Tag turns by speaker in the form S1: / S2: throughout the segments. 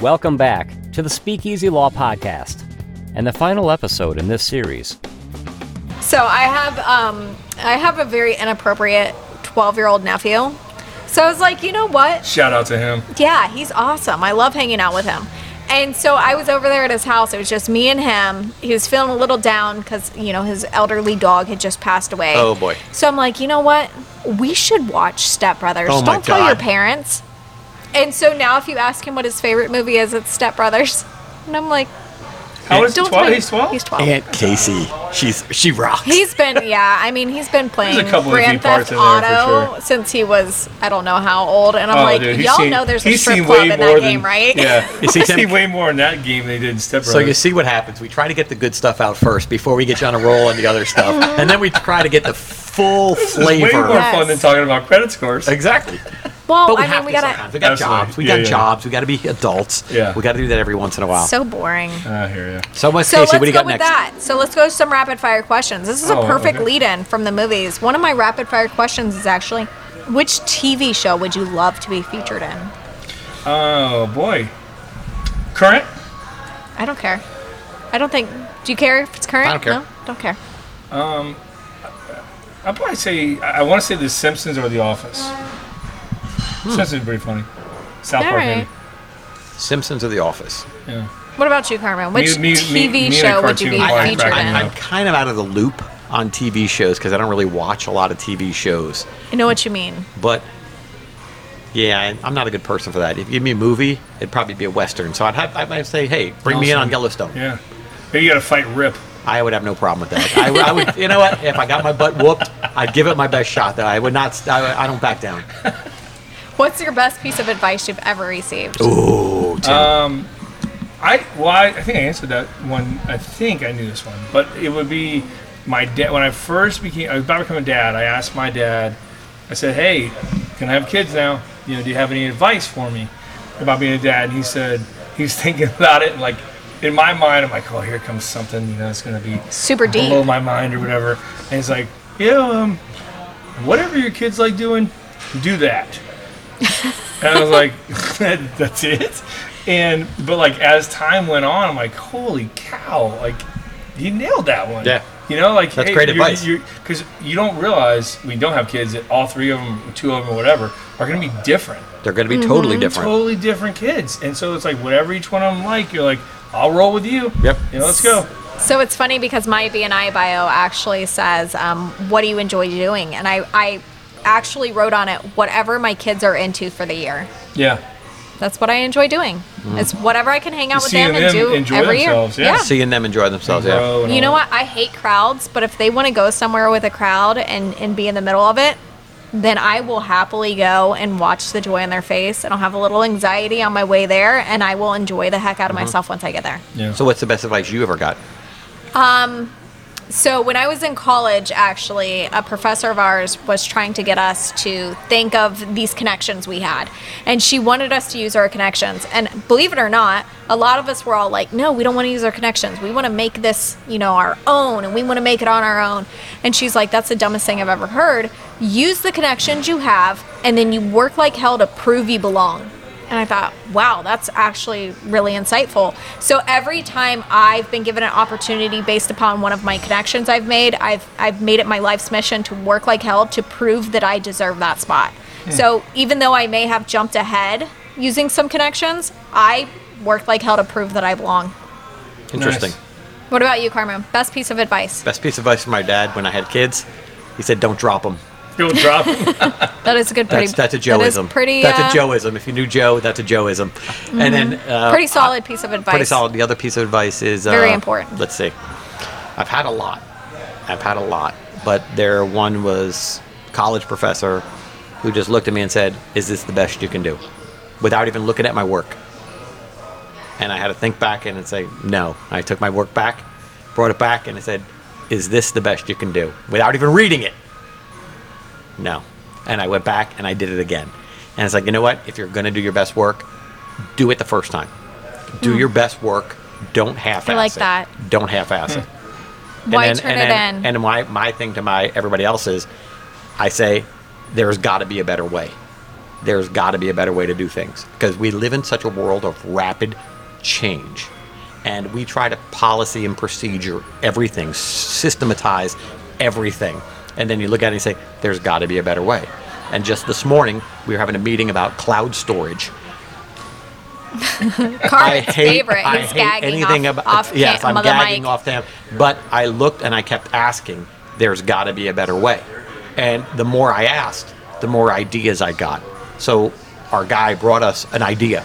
S1: Welcome back to the Speakeasy Law Podcast and the final episode in this series.
S2: So I have um I have a very inappropriate 12-year-old nephew. So I was like, "You know what?
S3: Shout out to him.
S2: Yeah, he's awesome. I love hanging out with him." And so I was over there at his house. It was just me and him. He was feeling a little down cuz, you know, his elderly dog had just passed away.
S4: Oh, boy.
S2: So I'm like, "You know what? We should watch Step Brothers.
S4: Oh, my
S2: Don't tell your
S4: God.
S2: parents." And so now if you ask him what his favorite movie is, it's Step Brothers. And I'm like,
S3: How Oh, is he?
S2: "Don't
S3: 12?
S2: tell
S3: He's 12?
S2: He's 12.
S4: Aunt Casey, she's she rocks.
S2: He's been, yeah. I mean, he's been playing
S3: There's a couple of
S2: Grand
S3: deep parts
S2: Theft
S3: in there for
S2: Auto
S3: sure.
S2: since he was, I don't know how old. And I'm
S3: Oh,
S2: like,
S3: dude, he's
S2: y'all
S3: seen-
S2: know there's a
S3: he's
S2: strip
S3: seen
S2: club
S3: way
S2: in
S3: more
S2: that
S3: than-
S2: game, right?
S3: Yeah.
S4: You see
S3: He's seen
S4: Tim-
S3: way more in that game than he did in Step Brothers.
S4: So you see what happens. We try to get the good stuff out first before we get you on a roll on the other stuff, and then we try to get the full
S3: This is way more
S4: flavor.
S3: fun than
S2: Yes.
S3: talking about credit scores.
S4: Exactly.
S2: Well,
S4: But we
S2: Oh, I
S4: have
S2: mean, we
S4: to
S2: gotta.
S4: sometimes. We got
S3: Absolutely.
S4: jobs. We
S3: Yeah,
S4: got
S3: yeah.
S4: jobs. We got to be adults.
S3: Yeah.
S4: We got to do that every once in a while. So,
S2: So boring.
S3: I hear ya.
S4: what's
S2: So
S4: Casey?
S2: let's
S4: what do you
S2: go
S4: got
S2: with
S4: next?
S2: that. So let's go to some rapid fire questions. This is a
S3: Oh,
S2: perfect
S3: okay.
S2: lead in from the movies. One of my rapid fire questions is actually which TV show would you love to be featured in?
S3: Oh boy. Current?
S2: I don't care. I don't think. Do you care if it's current?
S4: I don't care.
S2: No, don't care.
S3: I'd probably say I want to say The Simpsons or The Office. Simpsons are pretty funny. South
S2: Hmm. All
S3: Park.
S2: right.
S4: Simpsons or The Office?
S3: maybe. Yeah.
S2: What about you, Carmen? Which
S3: me- me-
S2: TV
S3: me and a
S2: show would you be
S3: cartoon
S4: I,
S3: Why
S4: am
S3: back
S2: featured
S3: then.
S2: in?
S3: I-
S4: kind of out of the loop on TV shows because I don't really watch a lot of TV shows.
S2: I know what you mean.
S4: But yeah, I- I'm not a good person for that. If you give me a movie, it'd probably be a western. So I'd have, I might say, hey, bring me in on Yellowstone.
S3: Yeah. Maybe you got to fight Rip.
S4: I would have no problem with that. I, would- I would, you know what? If I got my butt whooped, I'd give it my best shot. Though I would not. I, I don't back down.
S2: What's your best piece of advice you've ever received?
S4: Ooh, Tim.
S2: Uh,
S3: I well, I, I think I answered that one. I think I knew this one, but it would be my dad. When I first became, I was about to become a dad. I asked my dad. I said, "Hey, can I have kids now? You know, do you have any advice for me about being a dad?" And he said he's thinking about it. And like in my mind, I'm like, "Oh, here comes something. You know, it's gonna be
S2: Super deep.
S3: blow Oh, my mind or whatever." And he's like, "Yeah, um, whatever your kids like doing, do that." and I was like, that, that's it. And but like as time went on, I'm like, holy cow! Like you nailed that one.
S4: Yeah.
S3: You know, like
S4: That's great advice.
S3: Because you don't realize we don't have kids that all three of them, two of them, or whatever, are going to be different,
S4: They're going to be
S2: mm-hmm.
S4: totally different.
S3: totally different kids. And so it's like whatever each one of them like, you're like, I'll roll with you.
S4: Yep.
S3: You know, let's go.
S2: So it's funny because my BNI bio actually says, um, "What do you enjoy doing?" And I, I actually wrote on it, "Whatever my kids are into for the year."
S3: Yeah.
S2: That's what I enjoy doing. It's whatever I can hang out with
S3: seeing
S2: them and
S3: them
S2: do
S3: enjoy
S2: every
S3: themselves,
S2: year.
S3: yeah.
S4: Seeing them enjoy themselves. Yeah.
S3: Grow and
S2: You know
S3: all
S2: what? I hate crowds, but if they want to go somewhere with a crowd and, and be in the middle of it, then I will happily go and watch the joy on their face. And I'll have a little anxiety on my way there, and I will enjoy the heck out
S3: Uh-huh.
S2: of myself once I get there.
S3: that. Yeah.
S4: So what's the best advice you ever got?
S2: So, when I was in college, actually, a professor of ours was trying to get us to think of these connections we had. And she wanted us to use our connections. And believe it or not, a lot of us were all like, no, we don't want to use our connections. We want to make this, you know, our own and we want to make it on our own. And she's like, that's the dumbest thing I've ever heard. Use the connections you have and then you work like hell to prove you belong. And I thought, wow, that's actually really insightful. So every time I've been given an opportunity based upon one of my connections I've made, I've I've made it my life's mission to work like hell to prove that I deserve that spot.
S4: Hmm.
S2: So even though I may have jumped ahead using some connections, I worked like hell to prove that I belong.
S4: Interesting.
S3: Nice.
S2: What about you, Carmen? Best piece of advice?
S4: Best piece of advice from my dad when I had kids. He said, "Don't drop them."
S3: Don't drop. it.
S2: That is a good pretty
S4: That's that's a
S2: that is
S4: Joeism.
S2: pretty
S4: That's
S2: uh, Mm-hmm.
S4: a Joeism. If you knew Joe, that's a Joeism. And then uh,
S2: pretty solid piece of advice.
S4: pretty solid. The other piece of advice is uh,
S2: Very important.
S4: Let's see. I've had a lot. I've had a lot, but there one was college professor who just looked at me and said, "Is this the best you can do?" Without even looking at my work. And I had to think back and say, "No." I took my work back, brought it back, and I said, "Is this the best you can do?" Without even reading it. No. And I went back and I did it again. And it's like, you know what? If you're going to do your best work, do it the first time. Do your best work. Don't half-ass
S2: Hmm. I like
S4: it.
S2: that.
S4: Don't half-ass it. And
S2: Why
S4: then-
S2: turn
S4: and
S2: it
S4: then-
S2: in?
S4: And my, my thing to my everybody else is, I say, there's got to be a better way. there's got to be a better way to do things because we live in such a world of rapid change and we try to policy and procedure everything systematize everything and then you look at it and say there's got to be a better way and just this morning we were having a meeting about cloud storage
S2: Carmen's favorite. He's gagging off, off cam-
S4: yes, I'm
S2: mother
S4: gagging
S2: mic.
S4: off them. But I looked and I kept asking. There's got to be a better way. And the more I asked, the more ideas I got. So our guy brought us an idea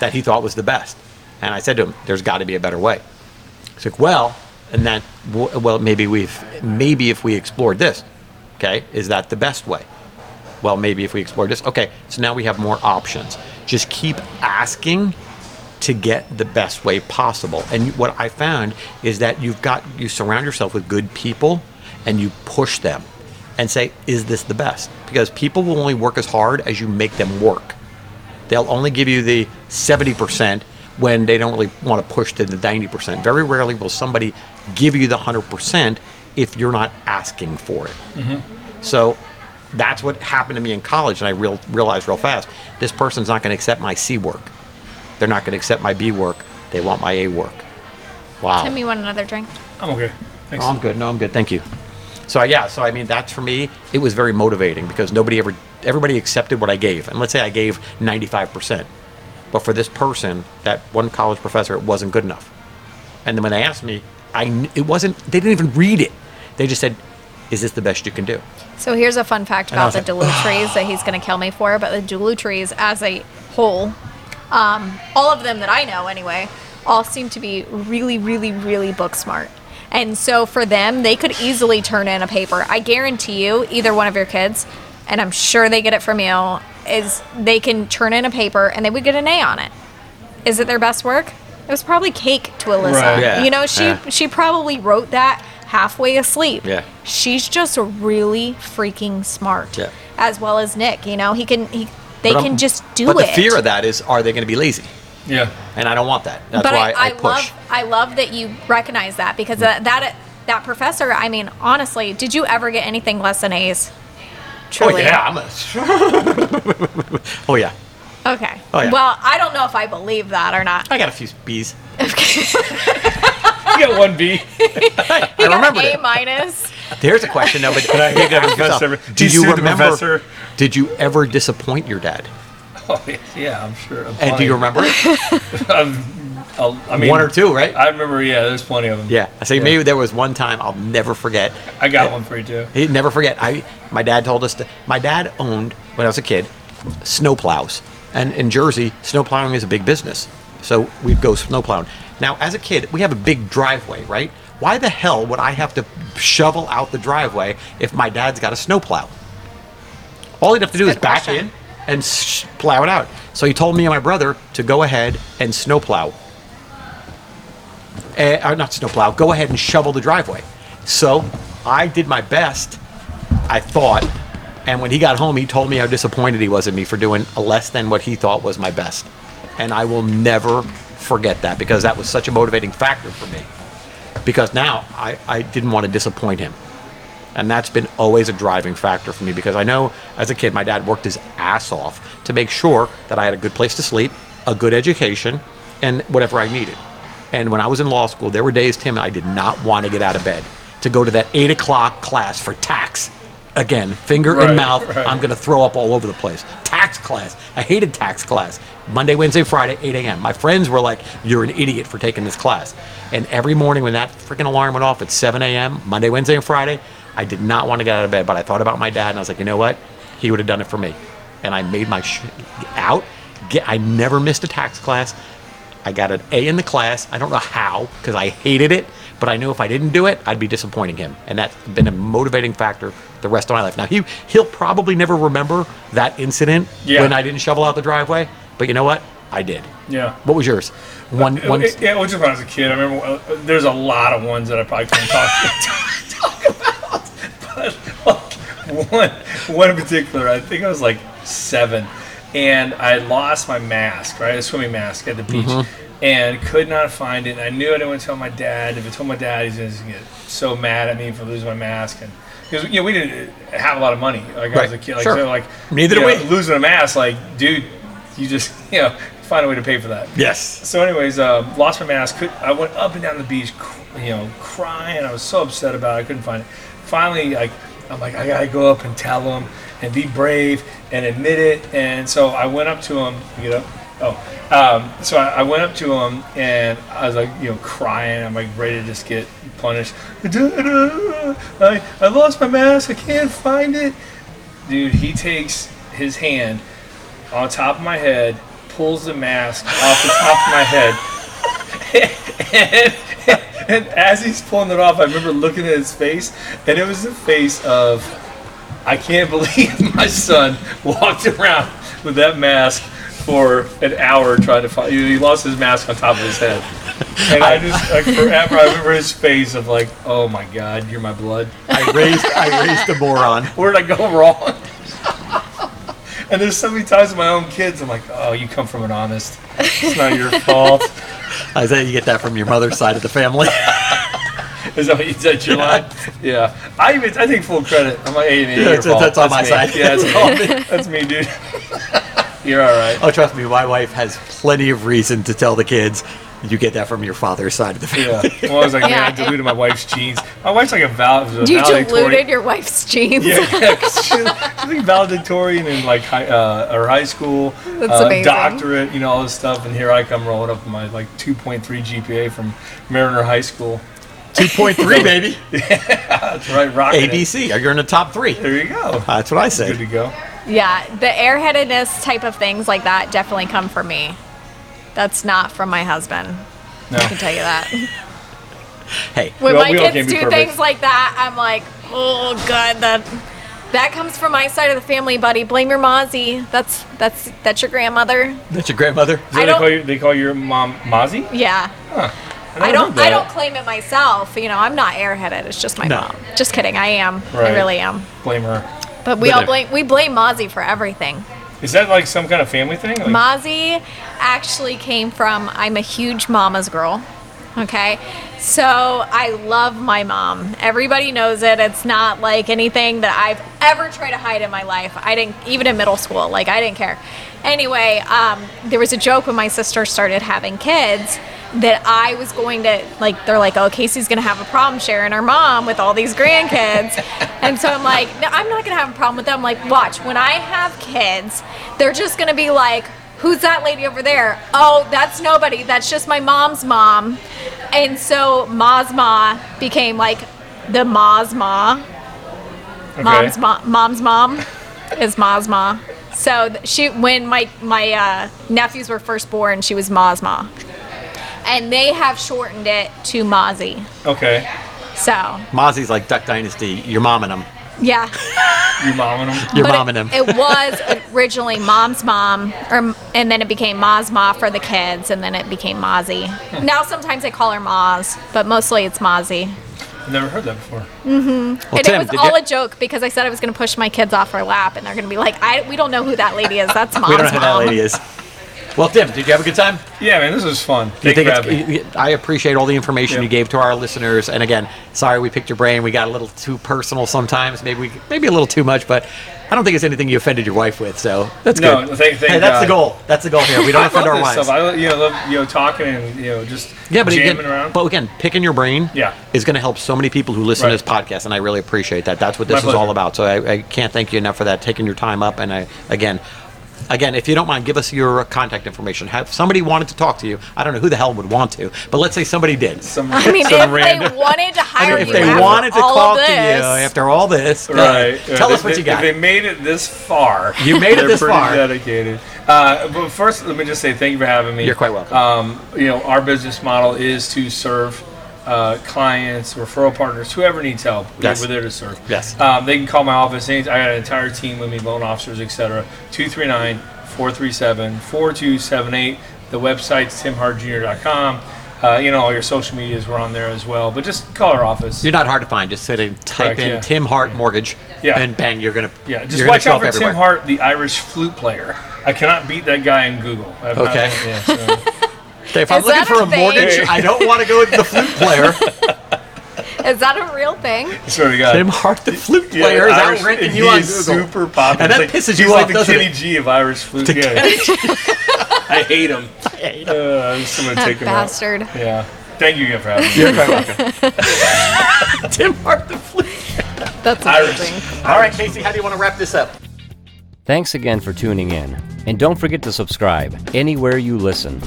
S4: that he thought was the best, and I said to him, "There's got to be a better way." He's like, "Well," and then, "W- "Well, maybe we've maybe if we explored this, okay, is that the best way?" well, maybe if we explore this. Okay, so now we have more options. Just keep asking to get the best way possible. And what I found is that you've got you surround yourself with good people and you push them and say, is this the best? Because people will only work as hard as you make them work. They'll only give you the 70% when they don't really want to push to the 90%. Very rarely will somebody give you the 100% if you're not asking for it. So that's what happened to me in college, and I real, realized real fast this person's not going to accept my C work. They're not going to accept my B work. They want my A work. Wow.
S2: Tim, you want another drink?
S3: I'm okay. Thanks.
S4: Oh, I'm good. No, I'm good. Thank you. So I- yeah, so I mean that's for me. It was very motivating because nobody ever, everybody accepted what I gave, and let's say I gave 95 percent, but for this person, that one college professor, it wasn't good enough. And then when they asked me, I kn- it wasn't. They didn't even read it. They just said, "Is this the best you can do?"
S2: So here's a fun fact
S4: And I
S2: about the
S4: was
S2: Duluth trees that he's going to kill me for. But the Duluth trees, as a whole, um, all of them that I know anyway, all seem to be really, really, really book smart. And so for them, they could easily turn in a paper. I guarantee you, either one of your kids, and I'm sure they get it from you, is they can turn in a paper and they would get an A on it. Is it their best work? It was probably cake to Alyssa.
S3: Right.
S4: Yeah,
S2: You know, she
S4: yeah.
S2: she probably wrote that halfway asleep.
S4: Yeah.
S2: She's just really freaking smart.
S4: Yeah.
S2: As well as Nick, you know, he can he they
S4: But I'm-
S2: can just do
S4: but
S2: it.
S4: the fear of that is, are they going to be lazy?
S3: Yeah.
S4: And I don't want that. That's
S2: but
S4: why I,
S2: I, I
S4: push.
S2: love I love that you recognize that because that that that professor, I mean, honestly, did you ever get anything less than A's?
S4: oh
S2: Truly.
S4: yeah, I'm a. oh yeah,
S2: Okay.
S4: Oh, yeah.
S2: Well, I don't know if I believe that or not.
S4: I got a few B's.
S3: You got one B.
S4: I
S2: He got an
S4: remembered
S2: A
S4: it.
S2: minus.
S4: There's a question though, but
S3: I hate that
S4: ask yourself,
S3: professor.
S4: do
S3: He
S4: you
S3: sued the
S4: remember?
S3: professor.
S4: Did you ever disappoint your dad?
S3: Oh, yeah, I'm sure. I'm
S4: And do you remember it?
S3: I'll- I mean,
S4: One or two, right?
S3: I remember. Yeah, there's plenty of them.
S4: yeah. I say maybe there was one time I'll never forget.
S3: I got one for you too.
S4: He'd never forget. I my dad told us to, my dad owned when I was a kid snow plows, and in Jersey, snow plowing is a big business. So we'd go snow plowing. Now, as a kid, we have a big driveway, right? Why the hell would I have to shovel out the driveway if my dad's got a snow plow? All he'd have to do is
S2: good
S4: back
S2: question.
S4: in and sh- plow it out. So he told me and my brother to go ahead and snow plow eh, or not snowplow, go ahead and shovel the driveway. So I did my best, I thought, and when he got home, he told me how disappointed he was in me for doing less than what he thought was my best. And I will never forget that because that was such a motivating factor for me. Because now I, I didn't want to disappoint him. And that's been always a driving factor for me because I know as a kid, my dad worked his ass off to make sure that I had a good place to sleep, a good education, and whatever I needed. And when I was in law school, there were days, Tim, I did not want to get out of bed to go to that eight o'clock class for tax. Again, finger in
S3: Right,
S4: mouth,
S3: right.
S4: I'm going to throw up all over the place. Tax class. I hated tax class. Monday, Wednesday, Friday, 8 a.m. My friends were like, You're an idiot for taking this class. And every morning when that freaking alarm went off at 7 a.m., Monday, Wednesday, and Friday, I did not want to get out of bed, but I thought about my dad and I was like, You know what? He would have done it for me. And I made my sh- out. Get, I never missed a tax class. I got an A in the class. I don't know how because I hated it, but I knew if I didn't do it, I'd be disappointing him, and that's been a motivating factor the rest of my life. Now he he'll probably never remember that incident
S3: Yeah.
S4: when I didn't shovel out the driveway, but you know what? I did.
S3: Yeah.
S4: What was yours? One one.
S3: Uh, It- yeah, which is when I was a kid. I remember uh, there's a lot of ones that I probably couldn't talk, talk about. But like, one, one in particular, I think I was like seven, and I lost my mask, right, a swimming mask at the beach,
S4: Mm-hmm.
S3: and could not find it. I knew I didn't want to tell my dad. If I told my dad, he's going to get so mad at me for losing my mask, and because you know, we didn't uh, have a lot of money. Like I was
S4: Right.
S3: a kid, like,
S4: Sure.
S3: so like
S4: Neither
S3: you
S4: do
S3: know,
S4: we.
S3: losing a mass, like dude, you just you know find a way to pay for that.
S4: Yes.
S3: So, anyways, uh, lost my mask. Could, I went up and down the beach, cr- you know, crying. I was so upset about it. I couldn't find it. Finally, like, I'm like, I gotta go up and tell him and be brave and admit it. And so I went up to him. You know, oh, um, so I, I went up to him and I was like, you know, crying. I'm like ready to just get punished. I, I lost my mask. I can't find it. Dude, he takes his hand on top of my head, pulls the mask off the top of my head. and, and as he's pulling it off, I remember looking at his face, and it was the face of I can't believe my son walked around with that mask for an hour trying to find. He lost his mask on top of his head. And I just, like, forever, I remember his face of, like, oh my God, you're my blood.
S4: I raised I raised a moron.
S3: Where did I go wrong? and there's so many times with my own kids, I'm like, oh, you come from an honest. It's not your fault.
S4: I said you get that from your mother's side of the family.
S3: Is that what you said, your line? Yeah. I even I take full credit. I'm like, hey, man,
S4: Yeah,
S3: your
S4: it's-
S3: fault.
S4: that's on my
S3: me.
S4: side.
S3: Yeah, it's all me. That's me, dude. You're all right.
S4: Oh, trust me, my wife has plenty of reason to tell the kids you get that from your father's side of the family.
S3: Yeah. Well, I was like, man, I
S2: Yeah.
S3: diluted my wife's jeans. My wife's like a val- was a
S2: You
S3: valedictorian.
S2: diluted your wife's jeans.
S3: Yeah, yeah 'cause she, she's like valedictorian in like high, uh, her high school,
S2: That's
S3: uh,
S2: amazing.
S3: doctorate, you know, all this stuff. And here I come rolling up with my like 2.3 GPA from Mariner High School.
S4: Two point three, baby.
S3: That's right, rocking it.
S4: ABC. You're in the top three.
S3: There you go.
S4: That's what I
S3: Good to
S4: said.
S3: go.
S2: Yeah, the airheadedness type of things like that definitely come from me. That's not from my husband.
S3: No.
S2: I can tell you that.
S4: Hey,
S2: When
S3: Well,
S2: my
S3: we all
S2: kids
S3: can't
S2: do
S3: be perfect.
S2: things like that, I'm like, oh god, that that comes from my side of the family, buddy. Blame your mozzie. That's that's that's your grandmother.
S4: that's your grandmother.
S3: So they
S2: don't-
S3: call, you, they call your mom Mozzie?
S2: Yeah.
S3: never
S2: I don't
S3: heard
S2: I
S3: that.
S2: don't claim it myself. You know, I'm not airheaded. It's just my
S4: No.
S2: mom. Just kidding. I am.
S3: Right.
S2: I really am.
S3: Blame her.
S2: But we
S4: But
S2: all
S4: I-
S2: blame we blame Mozzie for everything.
S3: Is that like some kind of family thing? Like,
S2: Mozzie actually came from I'm a huge mama's girl. Okay. So I love my mom. Everybody knows it. It's not like anything that I've ever tried to hide in my life. I didn't, even in middle school, like I didn't care. Anyway, um, there was a joke when my sister started having kids that I was going to, like, they're like, oh, Casey's going to have a problem sharing her mom with all these grandkids. and so I'm like, no, I'm not going to have a problem with them. Like, watch, when I have kids, they're just going to be like, Who's that lady over there? Oh, that's nobody. That's just my mom's mom. And so Ma's Ma became like the Ma's Ma.
S3: okay.
S2: Mom's, mo- mom's mom is Ma's Ma. So th- she, when my, my uh, nephews were first born, she was Ma's Ma. And they have shortened it to Mozzie.
S3: Okay.
S2: So,
S4: Mozzie's like Duck Dynasty. Your mom and them.
S2: yeah.
S3: Your mom and them.
S4: Your
S2: But
S4: mom
S2: it,
S4: and them.
S2: It was originally mom's mom, or and then it became Ma's Ma for the kids, and then it became Mozzie. Now sometimes I call her Moz, but mostly it's Mozzie.
S3: I've never heard that before.
S4: well,
S2: and
S4: Tim,
S2: it was
S4: did
S2: all
S4: you-
S2: a joke because I said I was going to push my kids off our lap, and they're going to be like, "I we don't know who that lady is. That's Mom's
S4: we don't know who that
S2: mom."
S4: lady is. Well, Tim, did you have a good time?
S3: Yeah, man, this was fun.
S4: Do you
S3: Thank
S4: think
S3: you
S4: it's,
S3: Abby.
S4: you- you- I appreciate all the information
S3: Yeah.
S4: you gave to our listeners. And again, sorry we picked your brain. We got a little too personal sometimes. Maybe we, maybe a little too much, but I don't think it's anything you offended your wife with. So that's
S3: No,
S4: good.
S3: thank- thank
S4: hey, that's
S3: God.
S4: the goal. That's the goal here. We don't
S3: I love
S4: offend our
S3: this
S4: wives.
S3: stuff. I love, you know, love, you know, talking and you know, just
S4: Yeah, but
S3: jamming
S4: again,
S3: around.
S4: but again, picking your brain
S3: Yeah.
S4: is going to help so many people who listen
S3: Right.
S4: to this podcast, and I really appreciate that. That's what
S3: My
S4: this is all
S3: pleasure.
S4: about. So I, I can't thank you enough for that, taking your time up. And I again, again, if you don't mind, give us your contact information. Have somebody wanted to talk to you. I don't know who the hell would want to, but let's say somebody did.
S3: Some-
S2: I mean,
S4: Some
S2: if
S4: random-
S2: they wanted to
S4: I
S2: hire
S4: mean, if
S2: you,
S4: they
S2: after
S4: wanted to
S2: all
S4: talk
S2: of
S4: to you
S2: this,
S4: after all this, uh,
S3: Right. Yeah,
S4: tell
S3: they-
S4: us what
S3: they-
S4: you got.
S3: They made it this far.
S4: You made it
S3: They're
S4: this
S3: pretty
S4: far.
S3: Dedicated. Uh, but first, let me just say thank you for having me.
S4: You're quite welcome.
S3: Um, you know, our business model is to serve uh, clients, referral partners, whoever needs help. We-
S4: Yes.
S3: We're there to serve.
S4: Yes.
S3: Um, they can call my office. Any, I got an entire team with me, loan officers, etc. 239-437-4278. The website's timhardjr.com. Uh, you know, all your social medias were on there as well. But just call our office.
S4: You're not hard to find. Just sit and type
S3: Correct,
S4: in
S3: yeah.
S4: Tim Hart mortgage,
S3: Yeah.
S4: and bang, you're gonna
S3: Yeah, just
S4: you're gonna
S3: watch
S4: show
S3: out
S4: up
S3: for
S4: everywhere.
S3: Tim Hart, the Irish flute player. I cannot beat that guy in Google. I've not-
S4: Okay.
S3: yeah, so-
S4: Okay, if I'm
S2: Is
S4: looking
S2: that
S4: for
S2: a
S4: a mortgage,
S3: thing?
S4: I don't want to go with the flute player.
S2: Is that a real thing?
S3: I swear to God.
S4: Tim Hart, the flute
S3: Yeah,
S4: player, is
S3: Irish-
S4: outranking
S3: he
S4: you on Google.
S3: is super popular.
S4: And that
S3: He's
S4: pisses
S3: he's
S4: you
S3: like
S4: off,
S3: the
S4: doesn't
S3: Kenny
S4: it?
S3: G of Irish flute.
S4: The
S3: yeah.
S4: Kenny
S3: I hate him. Uh, I'm just gonna take him out.
S2: Bastard.
S3: Yeah. Thank you again for having me.
S4: Tim Hart, the flute.
S2: That's
S3: Irish.
S2: amazing.
S4: All right, Casey, how do you want to wrap this up?
S1: Thanks again for tuning in. And don't forget to subscribe anywhere you listen.